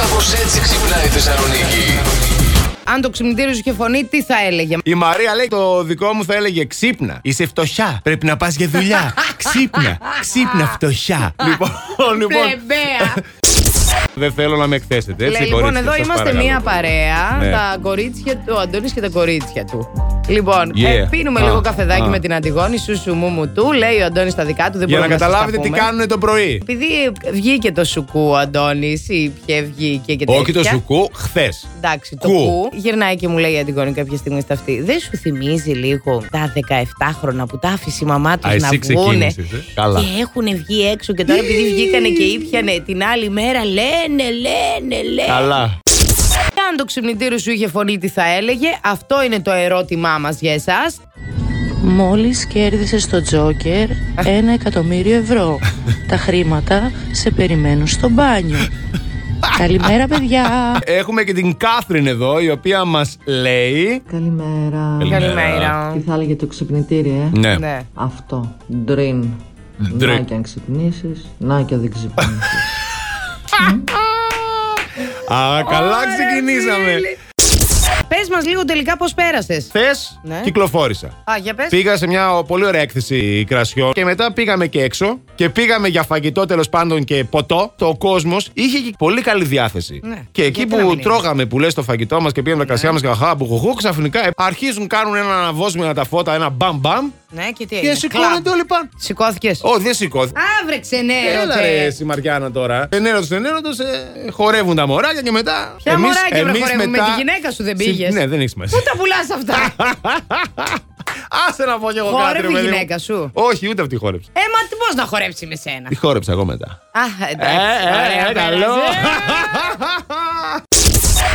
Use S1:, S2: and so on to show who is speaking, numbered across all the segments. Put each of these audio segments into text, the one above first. S1: Κάπως έτσι ξυπνάει η Θεσσαλονίκη.
S2: Αν το ξυπνητήριο σου είχε φωνή, τι θα έλεγε.
S3: Η Μαρία λέει το δικό μου θα έλεγε ξύπνα. Είσαι φτωχιά. Πρέπει να πας για δουλειά. ξύπνα. Ξύπνα φτωχιά. λοιπόν, λοιπόν.
S2: Πλεμπέα.
S3: Δεν θέλω να με εκθέσετε. Έτσι,
S2: Λέει, λοιπόν,
S3: κορίτσια,
S2: εδώ
S3: σας
S2: είμαστε
S3: παρακαλώ.
S2: μία παρέα.
S3: Ναι.
S2: Τα κορίτσια του, ο Αντώνης και τα κορίτσια του. Λοιπόν,
S3: Yeah.
S2: ε, πίνουμε
S3: Α,
S2: λίγο καφεδάκι
S3: α.
S2: με την Αντιγόνη, σου σου μου μου του. Λέει ο Αντώνης τα δικά του, δεν
S3: Για να
S2: μπορούμε σας τα
S3: καταλάβετε τι
S2: πούμε.
S3: κάνουν το πρωί.
S2: Επειδή βγήκε το σουκού ο Αντώνης, ή πια βγήκε και τέτοια.
S3: Όχι το σουκού, χθες.
S2: Εντάξει, το
S3: Κου.
S2: κου. Γυρνάει και μου λέει η Αντιγόνη κάποια στιγμή στα αυτή. Δεν σου θυμίζει λίγο τα 17χρονα που τα άφησε η μαμά τους
S3: Α,
S2: να
S3: εσύ
S2: βγούνε.
S3: ξεκίνησες. Καλά.
S2: Και έχουν βγει έξω και τώρα επειδή βγήκανε και ήπιανε την άλλη μέρα, λένε, λένε, λένε.
S3: Καλά.
S2: Αν το ξυπνητήριο σου είχε φωνή, τι θα έλεγε. Αυτό είναι το ερώτημά μας για εσάς.
S4: Μόλις κέρδισες στο Τζόκερ ένα εκατομμύριο ευρώ. Τα χρήματα σε περιμένουν στο μπάνιο. Καλημέρα παιδιά!
S3: Έχουμε και την Κάθριν εδώ, η οποία μας λέει.
S5: Καλημέρα. Τι θα έλεγε το ξυπνητήρι, ε.
S3: Ναι.
S2: Ναι.
S5: Αυτό. Dream.
S3: Dream.
S5: Να και αν ξυπνήσεις, να και δεν ξυπνήσεις.
S3: Α, καλά
S2: Ωραία,
S3: ξεκινήσαμε.
S2: φίλοι. Πες μας λίγο τελικά πώς πέρασες.
S3: Χθε
S2: Ναι.
S3: κυκλοφόρησα.
S2: Α, για πες.
S3: Πήγα σε μια πολύ ωραία έκθεση κρασιών και μετά πήγαμε και έξω και πήγαμε για φαγητό τέλος πάντων και ποτό. Το κόσμος είχε και πολύ καλή διάθεση.
S2: Ναι.
S3: Και εκεί
S2: Γιατί να μην
S3: που
S2: είναι. Ναι.
S3: τρώγαμε που λες το φαγητό μας και πήγαμε τα κρασιά μας και χαχά μπουχουχού, ξαφνικά ε, αρχίζουν κάνουν ένα αναβόσμιο τα φώτα, ένα μπαμ μπαμ
S2: Ναι, και τι έγινε.
S3: και σηκώνονται όλοι πάνω.
S2: Σηκώθηκες.
S3: Ω, δεν σηκώθηκε.
S2: Αύρε ξενέρωτε.
S3: Έλα ρε εσύ Μαριάννα τώρα. Ενέρωτος ενέρωτος ε, χορεύουν τα μωράκια και μετά...
S2: Ποια μωράκια, βρε, χορεύουν, με τη γυναίκα σου δεν
S3: Συ-
S2: πήγες.
S3: Ναι, δεν έχει σημασία.
S2: Πού τα πουλάς αυτά.
S3: Άσε να πω κι εγώ κάτι.
S2: Χόρευε
S3: ρε
S2: η
S3: παιδί μου.
S2: γυναίκα σου?
S3: Όχι, ούτε αυτή χόρεψε.
S2: ε, μα τι πώς να χορέψει με σένα.
S3: Τη χόρεψα εγώ μετά.
S2: Α,
S3: Ε,
S2: εντάξει.
S3: ε,
S2: ωραία,
S3: ε, καλό.
S2: πέρασε.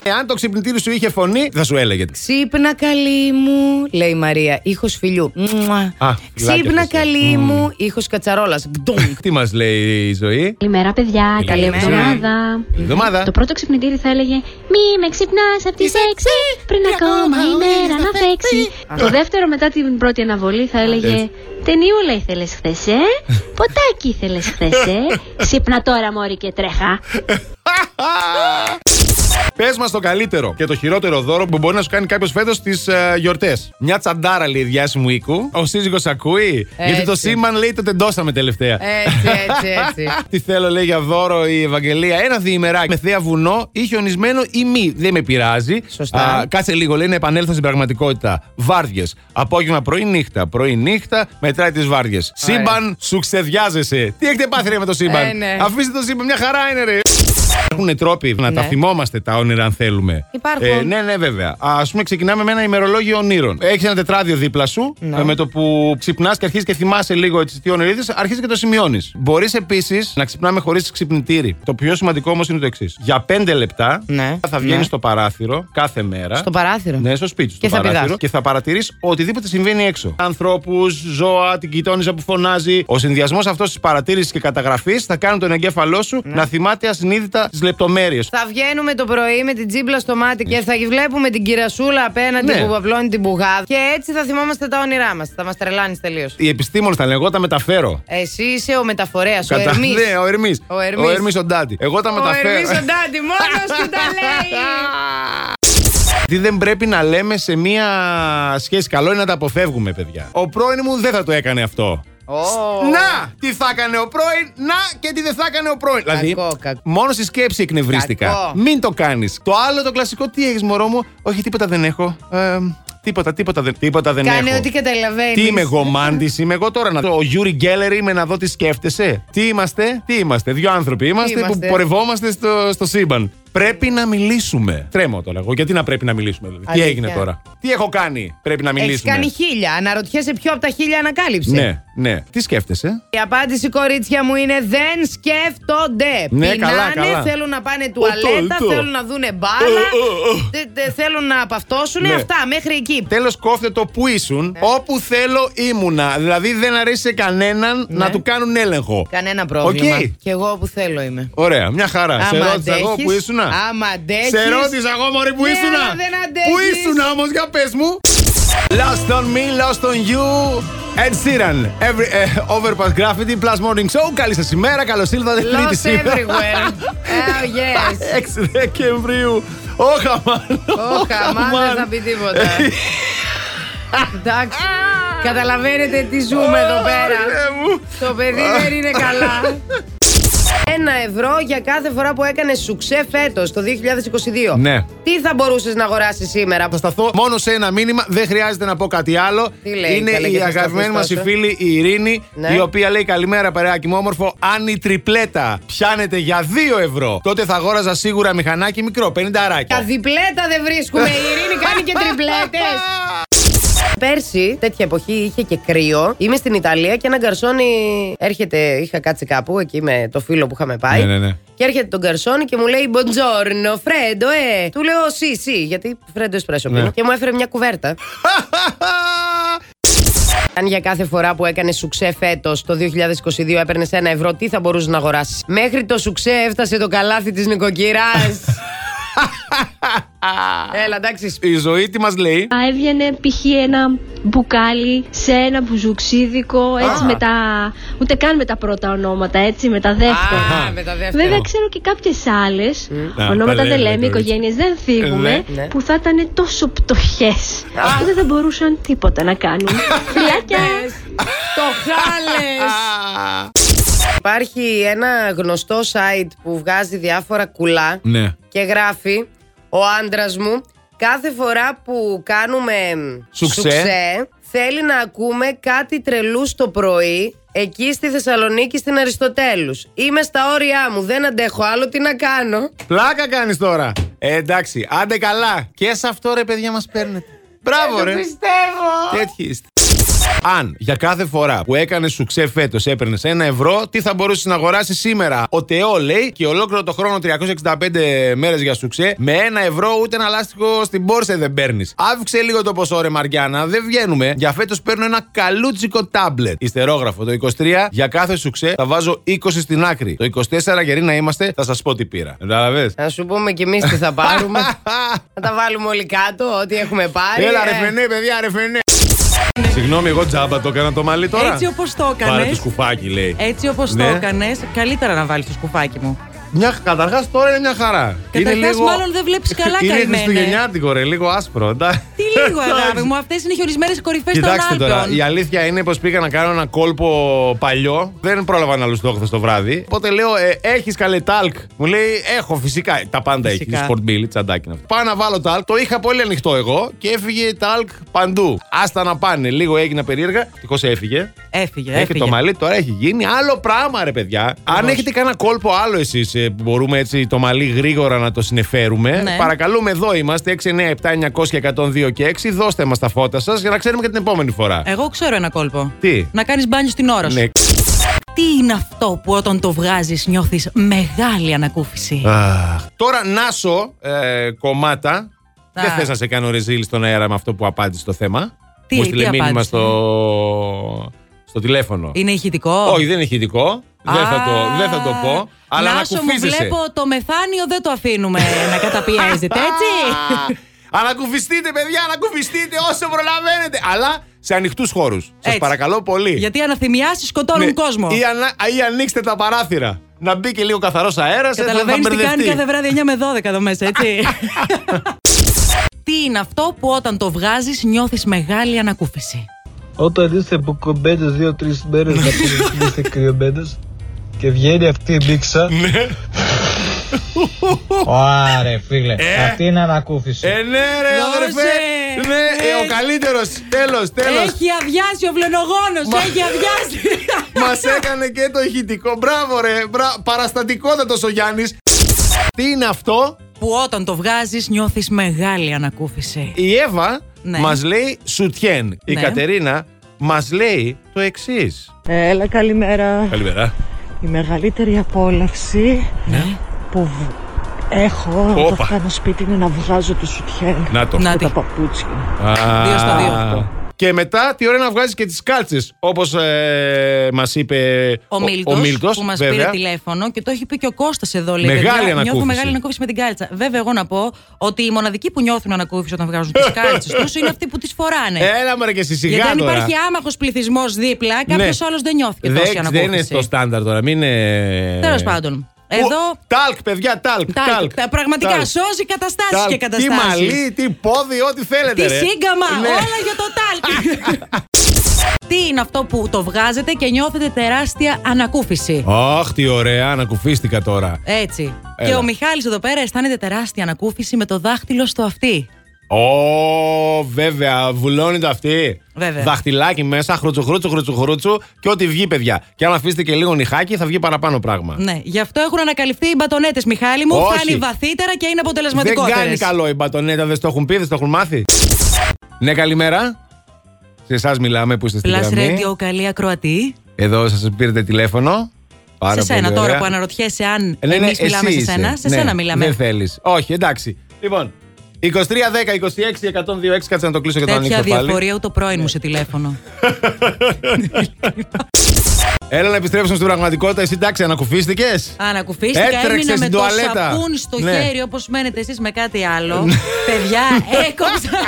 S3: Εάν το ξυπνητήρι σου είχε φωνή, θα σου έλεγε.
S2: Ξύπνα καλή μου, λέει η Μαρία. ήχος φιλιού. Μουα.
S3: Α,
S2: Ξύπνα
S3: φιλάκια,
S2: καλή μου, ήχος κατσαρόλας. Μπτουμ.
S3: Τι μας λέει η ζωή.
S6: Καλημέρα, παιδιά. Καλή
S2: Καλημέρα.
S6: εβδομάδα.
S3: Εβδομάδα.
S6: Το πρώτο ξυπνητήρι θα έλεγε Μη με ξυπνάς από τι 6 πριν ακόμα η μέρα να φέξει. Το δεύτερο μετά την πρώτη αναβολή θα έλεγε Ταινιούλα ήθελες χθες, ε. Ποτάκι ήθελες χθες, ε. Ξύπνα τώρα, Μόρι και τρέχα.
S3: Πες μας το καλύτερο και το χειρότερο δώρο που μπορεί να σου κάνει κάποιος φέτος στις ε, γιορτές. Μια τσαντάρα λέει διάσημου οίκου. Ο σύζυγος ακούει. Γιατί το
S2: Έτσι.
S3: σήμαν λέει το τεντώσαμε τελευταία.
S2: Έτσι, έτσι, έτσι.
S3: Τι θέλω, λέει για δώρο η Ευαγγελία. Ένα διημεράκι με θέα βουνό ή χιονισμένο ή μη. Δεν με πειράζει.
S2: Σωστά.
S3: κάτσε λίγο, λέει να επανέλθω στην πραγματικότητα. Βάρδιες. Απόγευμα πρωί-νύχτα. Πρωί-νύχτα μετράει τις βάρδιες. Σύμπαν, σου ξεδιάζεσαι. Τι έχετε πάθει ρε με το σύμπαν.
S2: Ε, ναι.
S3: Αφήστε το σύμπαν, μια χαρά είναι ρε. Υπάρχουν τρόποι να τα
S2: Ναι.
S3: θυμόμαστε τα όνειρα, αν θέλουμε.
S2: Υπάρχουν.
S3: Ε, ναι, ναι, βέβαια. Ας ας πούμε, ξεκινάμε με ένα ημερολόγιο ονείρων. Έχεις ένα τετράδιο δίπλα σου.
S2: Ναι.
S3: ε, Με το που ξυπνάς και αρχίζεις και θυμάσαι λίγο έτσι, τι όνειρο είδες, αρχίζεις και το σημειώνεις. Μπορείς επίσης να ξυπνάμε χωρίς ξυπνητήρι. Το πιο σημαντικό όμως είναι το εξής. Για πέντε λεπτά
S2: Ναι.
S3: θα βγαίνεις
S2: Ναι.
S3: στο παράθυρο κάθε μέρα.
S2: Στο παράθυρο.
S3: Ναι, στο σπίτι σου.
S2: Και
S3: στο
S2: θα
S3: παράθυρο.
S2: πηδάς.
S3: Και θα παρατηρείς οτιδήποτε συμβαίνει έξω. Ανθρώπους, ζώα, την κοιτώνιζα που φωνάζει. Ο συνδυασμός αυτός της παρατήρησης και καταγραφής θα κάνει τον εγκέφαλό σου
S2: Ναι.
S3: να θυμάται ασυνείδητα τις λεπτομέρειες.
S2: Θα βγαίνουμε το πρωί με την τσίμπλα στο μάτι και θα βλέπουμε την κυρασούλα απέναντι
S3: Ναι.
S2: που παπλώνει την μπουγάδα. Και έτσι θα θυμόμαστε τα όνειρά μας. Θα μας τρελάνεις τελείως.
S3: Οι επιστήμονες τα λένε, εγώ τα μεταφέρω.
S2: Ε, Εσύ είσαι ο μεταφορέας, ο
S3: Κατά-
S2: Ερμής.
S3: Ναι, ο Ερμής.
S2: Ο Ερμής.
S3: ο Ντάντι. Εγώ τα
S2: Ο
S3: μεταφέρω.
S2: Ερμής ο Ντάντι, μόνος του τα λέει.
S3: Τι δεν πρέπει να λέμε σε μία σχέση. Καλό είναι να τα αποφεύγουμε, παιδιά. Ο πρώην μου δεν θα το έκανε αυτό.
S2: Ω.
S3: Να! Τι θα έκανε ο πρώην, να και τι δεν θα έκανε ο πρώην. Δηλαδή,
S2: Κακό, κακό.
S3: μόνο στη σκέψη εκνευρίστηκα.
S2: Κακό.
S3: Μην το κάνεις. Το άλλο, το κλασικό, τι έχεις, μωρό μου. Όχι, τίποτα δεν έχω. Ε, τίποτα, τίποτα δεν, τίποτα δεν έχω.
S2: Κάνε ό,τι καταλαβαίνεις.
S3: Τι είμαι εγώ, Μάντης, είμαι εγώ τώρα να δω. Ο Γιούρι Γκέλερ είμαι να δω τι σκέφτεσαι. Τι είμαστε, τι είμαστε. Δύο άνθρωποι είμαστε,
S2: είμαστε.
S3: που πορευόμαστε στο, στο σύμπαν. Πρέπει να μιλήσουμε. Τρέμω τώρα εγώ. Γιατί να πρέπει να μιλήσουμε, δηλαδή.
S2: Αλήθεια.
S3: Τι έγινε τώρα. Τι έχω κάνει, πρέπει να
S2: Έχεις
S3: μιλήσουμε.
S2: κάνει χίλια. Αναρωτιέσαι ποιο από τα χίλια ανακάλυψε.
S3: Ναι, ναι. Τι σκέφτεσαι.
S2: Η απάντηση, κορίτσια μου, είναι δεν σκέφτονται.
S3: Ναι,
S2: Πεινάνε,
S3: καλά, καλά.
S2: θέλουν να πάνε τουαλέτα,
S3: το, το.
S2: θέλουν να δούνε μπάλα,
S3: Ο, ο, ο.
S2: τε- τε- θέλουν να απαυτώσουν.
S3: Ναι.
S2: Αυτά, μέχρι εκεί.
S3: Τέλος, κόφτε το που ήσουν.
S2: Ναι.
S3: Όπου θέλω ήμουνα. Δηλαδή δεν αρέσει σε κανέναν να του κάνουν έλεγχο.
S2: Ναι. Κανένα πρόβλημα.
S3: Οκ.
S2: Και εγώ όπου θέλω είμαι.
S3: Ωραία, μια χαρά. σε
S2: Άμα
S3: ρώτησα εγώ
S2: αντέχεις,
S3: που ήσουνα.
S2: άμα αντέχεις.
S3: Σε ρώτησα εγώ μωρή που
S2: Ναι,
S3: ήσουνα.
S2: αλλά δεν
S3: Πού
S2: αντέχεις.
S3: ήσουνα όμως, για πες μου. Lost on me, lost on you. Ed Sheeran, every, ε, Overpass Graffiti Plus Morning Show. Καλή σας ημέρα, καλώς ήλθατε. Τρίτη
S2: Lost
S3: σήμερα.
S2: everywhere. Oh, yes.
S3: 6 Δεκεμβρίου. Όχα, μάλλον.
S2: Όχα, μάλλον δεν θα πει τίποτα. Εντάξει. Καταλαβαίνετε τι ζούμε εδώ πέρα.
S3: Ωρε μου.
S2: Το παιδί δεν είναι καλά. Ένα ευρώ για κάθε φορά που έκανε σουξέ φέτος το 2022.
S3: Ναι.
S2: Τι θα μπορούσες να αγοράσεις σήμερα.
S3: Θα σταθώ μόνο σε ένα μήνυμα, δεν χρειάζεται να πω κάτι άλλο.
S2: Τι λέει,
S3: είναι
S2: καλέ,
S3: η
S2: και θα
S3: αγαπημένη μα
S2: σταθείς
S3: η
S2: τόσο.
S3: φίλη η Ειρήνη,
S2: Ναι.
S3: η οποία λέει Καλημέρα, παρεάκι μου όμορφο. Αν η τριπλέτα πιάνεται για 2 ευρώ, τότε θα αγόραζα σίγουρα μηχανάκι μικρό, 50
S2: Τα
S3: αράκια.
S2: διπλέτα δεν βρίσκουμε. Η Ειρήνη κάνει και τριπλέτες. Πέρσι, τέτοια εποχή είχε και κρύο. Είμαι στην Ιταλία και ένα γκαρσόνι έρχεται. Είχα κάτσει κάπου εκεί με το φίλο που είχαμε πάει.
S3: Ναι, ναι, ναι.
S2: Και έρχεται τον γκαρσόνι και μου λέει Μποντζόρνο, Φρέντο, ε. Του λέω Σι, σι, γιατί Φρέντο εσπρέσο
S3: Ναι.
S2: πίνω. Και μου έφερε μια κουβέρτα. Αν για κάθε φορά που έκανε σουξέ φέτος το 2022 έπαιρνες ένα ευρώ, τι θα μπορούσες να αγοράσεις. Μέχρι το σουξέ έφτασε το καλάθι της νοικοκυράς. Έλα, εντάξει. σπ-
S3: Η ζωή τι μας λέει.
S6: Α, έβγαινε π.χ. ένα μπουκάλι σε ένα μπουζουξίδικο, έτσι με τα. ούτε καν με τα πρώτα ονόματα, έτσι με τα δεύτερα.
S2: Α, με τα δεύτερα.
S6: Ε. Βέβαια, ξέρω και κάποιες άλλες,
S3: Να, τα
S6: ονόματα
S3: λέμε,
S6: δεν λέμε,
S3: κορίτσια.
S6: οικογένειες δεν
S3: Ναι,
S6: φύγουμε,
S2: ναι.
S6: που θα ήταν τόσο πτωχές που δεν θα μπορούσαν τίποτα να κάνουν. Φιλάκια!
S2: Ναι, Το χάλες! Υπάρχει ένα γνωστό site που βγάζει διάφορα κουλά
S3: Ναι.
S2: και γράφει ο άντρας μου κάθε φορά που κάνουμε
S3: Σουξέ.
S2: θέλει να ακούμε κάτι τρελού το πρωί εκεί στη Θεσσαλονίκη στην Αριστοτέλους. Είμαι στα όρια μου, δεν αντέχω άλλο, τι να κάνω.
S3: Πλάκα κάνεις τώρα. Ε, εντάξει, άντε καλά. Και σε αυτό ρε παιδιά μας παίρνετε.
S2: Ε,
S3: Μπράβο, ρε.
S2: πιστεύω.
S3: Τέτοιοι είστε. Αν για κάθε φορά που έκανες σου φέτος έπαιρνες ένα ευρώ, τι θα μπορούσες να αγοράσεις σήμερα. Ο Τεό λέει και ολόκληρο το χρόνο 365 μέρες για σου με ένα ευρώ ούτε ένα λάστιχο στην πόρσε δεν παίρνεις. Αύξε λίγο το ποσό, ρε Μαριάννα, δεν βγαίνουμε. Για φέτος παίρνω ένα καλούτσικο τάμπλετ. Ιστερόγραφο το 23 για κάθε σου θα βάζω 20 στην άκρη. Το 24 γιατί να είμαστε, θα σας πω τι πήρα. Κατάλαβε.
S2: Να σου πούμε κι εμείς τι θα πάρουμε. Να τα βάλουμε όλοι κάτω, ό,τι έχουμε πάρει.
S3: Έλα, ρε
S2: Ε,
S3: φαινέ, παιδιά, ρε φαινέ. Συγγνώμη, εγώ τζάμπα το έκανα το μαλλί τώρα.
S7: Έτσι όπως το
S3: Πάρε
S7: έκανε.
S3: το σκουφάκι, λέει.
S7: Έτσι όπως το
S3: Ναι.
S7: έκανες, καλύτερα να βάλεις το σκουφάκι μου.
S3: Μια, καταρχάς τώρα είναι μια χαρά.
S7: Καταρχάς, μάλλον δεν βλέπεις καλά,
S3: Είναι
S7: καημένε.
S3: χριστουγεννιάτικο ρε, λίγο άσπρο. εντά-
S7: Τι λίγο, αγάπη
S3: Εντάξει.
S7: μου, αυτές είναι οι χιορισμένε κορυφές των
S3: Κοιτάξτε
S7: Άλπων.
S3: τώρα, η αλήθεια είναι πως πήγα να κάνω ένα κόλπο παλιό. Δεν πρόλαβα να λουστώ χθες το βράδυ. Οπότε λέω, ε, έχεις καλέ τάλκ. Μου λέει, έχω φυσικά. Τα πάντα έχει.
S7: Φυσικά.
S3: Σπορτμπίλι, τσαντάκι είναι αυτό. Πάω να βάλω τάλκ. Το είχα πολύ ανοιχτό εγώ και έφυγε τάλκ παντού. Άστα να πάνε. Λίγο έγινα περίεργα. Τυχώς έφυγε.
S7: Έφυγε,
S3: Έχει
S7: έφυγε.
S3: το μαλλί, τώρα έχει γίνει άλλο πράγμα, ρε παιδιά. Αν έχετε κανένα κόλπο άλλο εσείς που μπορούμε έτσι το μαλλί γρήγορα να το συνεφέρουμε,
S7: Ναι.
S3: παρακαλούμε εδώ είμαστε 697-900-102 και 6. Δώστε μας τα φώτα σας για να ξέρουμε και την επόμενη φορά.
S7: Εγώ ξέρω ένα κόλπο.
S3: Τι?
S7: Να κάνεις μπάνιο στην ώρα σου.
S3: Ναι.
S7: Τι είναι αυτό που όταν το βγάζεις νιώθεις μεγάλη ανακούφιση.
S3: Αχ. Τώρα νάσο ε, κομμάτα.
S7: Α.
S3: Δεν θες να σε κάνω ρεζίλ στον αέρα με αυτό που απάντησε το θέμα.
S7: Τι-
S3: Μου
S7: τι
S3: στείλε μήνυμα
S7: απάντησε?
S3: στο, στο τηλέφωνο.
S7: Είναι ηχητικό.
S3: Όχι, δεν είναι ηχητικό. Δεν θα, το,
S7: Α,
S3: δεν θα το πω. Αλλά
S7: Νάσο, μου
S3: ανακουφίζεσαι.
S7: βλέπω το μεθάνιο δεν το αφήνουμε να καταπιέζεται, έτσι.
S3: Ανακουφιστείτε, παιδιά, ανακουφιστείτε όσο προλαβαίνετε. Αλλά σε ανοιχτούς χώρους. Σας
S7: Έτσι.
S3: παρακαλώ πολύ.
S7: Γιατί αναθυμιάσεις σκοτώνουν
S3: Ναι.
S7: κόσμο.
S3: Ή, ανα- ή ανοίξτε τα παράθυρα. Να μπει και λίγο καθαρός αέρας.
S7: Καταλαβαίνει τι κάνει κάθε βράδυ 9 με 12 εδώ μέσα, έτσι. τι είναι αυτό που όταν το βγάζεις νιώθεις μεγάλη ανακούφιση.
S8: Όταν είστε που κομπέντες δύο-τρεις μέρες να πίνετε είστε κρυομπέντες και βγαίνει αυτή η μίξα. Ωραία φίλε, αυτή είναι ανακούφιση.
S3: Ε, ναι, ρε,
S7: Δώσε.
S3: αδερφέ. Ναι, ε, ο
S7: Ε.
S3: καλύτερος. Τέλος, τέλος.
S7: Έχει αδειάσει ο βλενογόνος, έχει αδειάσει.
S3: Μας έκανε και το ηχητικό. Μπράβο, ρε. Μπρα... Παραστατικότατος ο Γιάννης. Τι είναι αυτό
S7: που όταν το βγάζεις νιώθεις μεγάλη ανακούφιση.
S3: Η Εύα
S7: Ναι.
S3: μας λέει σουτιέν. Η
S7: Ναι.
S3: Κατερίνα μας λέει το εξής.
S9: Έλα, καλημέρα.
S3: Καλημέρα.
S9: Η μεγαλύτερη απόλαυση
S7: Ναι.
S9: που β- έχω
S3: Όπα.
S9: όταν φτάνω σπίτι είναι να βγάζω το σουτιέν
S3: Να το.
S7: Να
S9: και
S7: τη.
S9: τα παπούτσια.
S3: Α,
S7: Δύο στα δύο.
S3: Και μετά τι ώρα να βγάζει και τις κάλτσες. Όπως ε, μας είπε
S7: Ο Μίλτο
S3: Μίλτος,
S7: που μας
S3: βέβαια.
S7: πήρε τηλέφωνο και το έχει πει και ο Κώστας εδώ. Λέει,
S3: Μεγάλη
S7: «Παιδιά, Νιώθω
S3: ανακούφιση».
S7: μεγάλη ανακούφιση με την κάλτσα. Βέβαια, εγώ να πω ότι οι μοναδικοί που νιώθουν ανακούφιση όταν βγάζουν τις κάλτσες τους είναι αυτοί που τις φοράνε.
S3: Έλα μωρέ και εσύ σιγά
S7: Γιατί αν
S3: τώρα.
S7: υπάρχει άμαχος πληθυσμός δίπλα, κάποιο
S3: Ναι.
S7: άλλος δεν νιώθει και
S3: Δεν-
S7: τόση
S3: Δεν είναι στο
S7: ανακούφιση.
S3: στάνταρ τώρα, μην είναι.
S7: Τέλος πάντων. Εδώ.
S3: Τάλκ, παιδιά, τάλκ.
S7: τα-
S3: τάλκ,
S7: τα πραγματικά
S3: τάλκ,
S7: σώζει καταστάσεις
S3: τάλκ.
S7: και
S3: Τι
S7: καταστάσει.
S3: μαλλί, τι πόδι, ό,τι θέλετε.
S7: Τι
S3: ρε.
S7: σύγκαμα,
S3: Ναι.
S7: όλα για το τάλκ. Τι είναι αυτό που το βγάζετε και νιώθετε τεράστια ανακούφιση.
S3: Αχ, τι ωραία, ανακουφίστηκα τώρα.
S7: Έτσι.
S3: Έλα.
S7: Και ο Μιχάλης εδώ πέρα αισθάνεται τεράστια ανακούφιση με το δάχτυλο στο αυτί.
S3: Ω, βέβαια, βουλώνει το αυτή.
S7: Βέβαια.
S3: Δαχτυλάκι μέσα, χρούτσου, χρούτσου, χρούτσου, χρούτσου και ό,τι βγει, παιδιά. Και αν αφήσετε και λίγο νυχάκι, θα βγει παραπάνω πράγμα.
S7: Ναι, γι' αυτό έχουν ανακαλυφθεί οι μπατονέτες Μιχάλη μου.
S3: Όχι.
S7: Φάνει βαθύτερα και είναι
S3: δεν
S7: αποτελεσματικότερες.
S3: κάνει καλό η μπατονέτα, δεν το έχουν πει, δεν το έχουν μάθει. Ναι, καλημέρα. Σε εσάς μιλάμε που είστε στην
S7: Plus
S3: γραμμή.
S7: Radio, καλή ακροατή.
S3: Εδώ σας πήρετε τηλέφωνο. Πάρα
S7: σε σένα
S3: πολύ
S7: τώρα
S3: ωραία.
S7: που αναρωτιέσαι αν
S3: Ε, ναι, ναι,
S7: εμείς μιλάμε
S3: εσύ
S7: σε σένα.
S3: είσαι.
S7: Σε
S3: Ναι,
S7: σένα μιλάμε.
S3: Δεν θέλεις. Όχι, εντάξει. Λοιπόν, 23, 10, 26, 102, κάτσε να το κλείσω και το
S7: Τέτοια
S3: ανοίξω πάλι. Ναι.
S7: διαφορία ούτε ο πρώην μου σε τηλέφωνο.
S3: Έλα να επιστρέψουμε στην πραγματικότητα. Εσύ εντάξει, ανακουφίστηκες.
S7: Ανακουφίστηκα,
S3: Έτρεξες
S7: έμεινα με
S3: στην
S7: το
S3: τουαλέτα.
S7: σαπούνι στο
S3: Ναι.
S7: χέρι όπως μένετε εσείς με κάτι άλλο. Παιδιά, έκοψα.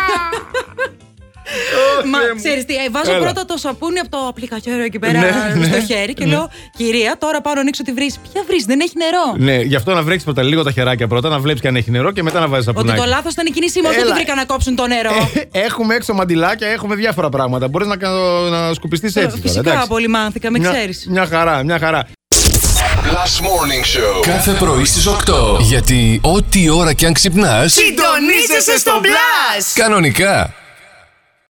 S7: Μα ξέρεις τι, ε, βάζω
S3: Έλα.
S7: πρώτα το σαπούνι από το απλικατόριο εκεί
S3: Ναι,
S7: πέρα
S3: ναι.
S7: στο χέρι και λέω Κυρία, τώρα πάω να ανοίξω τη βρύση. Ποια βρύση, δεν έχει νερό.
S3: Ναι, γι' αυτό να βρέξεις πρώτα λίγο τα χεράκια πρώτα, να βλέπεις και αν έχει νερό και μετά να βάζεις
S7: Ότι
S3: σαπουνάκι.
S7: το λάθος ήταν η κίνησή μου, ότι
S3: Έλα.
S7: δεν βρήκα να κόψουν το νερό.
S3: Ε, Έχουμε έξω μαντιλάκια, έχουμε διάφορα πράγματα. Μπορείς να, κα- να σκουπιστείς έτσι. τώρα,
S7: Ε, Φυσικά
S3: εντάξει.
S7: πολύ μάθηκα, με
S3: Μια-
S7: ξέρεις.
S3: Μια χαρά, μια χαρά.
S1: Last Morning Show.
S10: Κάθε πρωί στις 8. Γιατί ό,τι ώρα κι αν ξυπνάς,
S2: Συντονίζεσαι στο μπλα!
S10: κανονικά.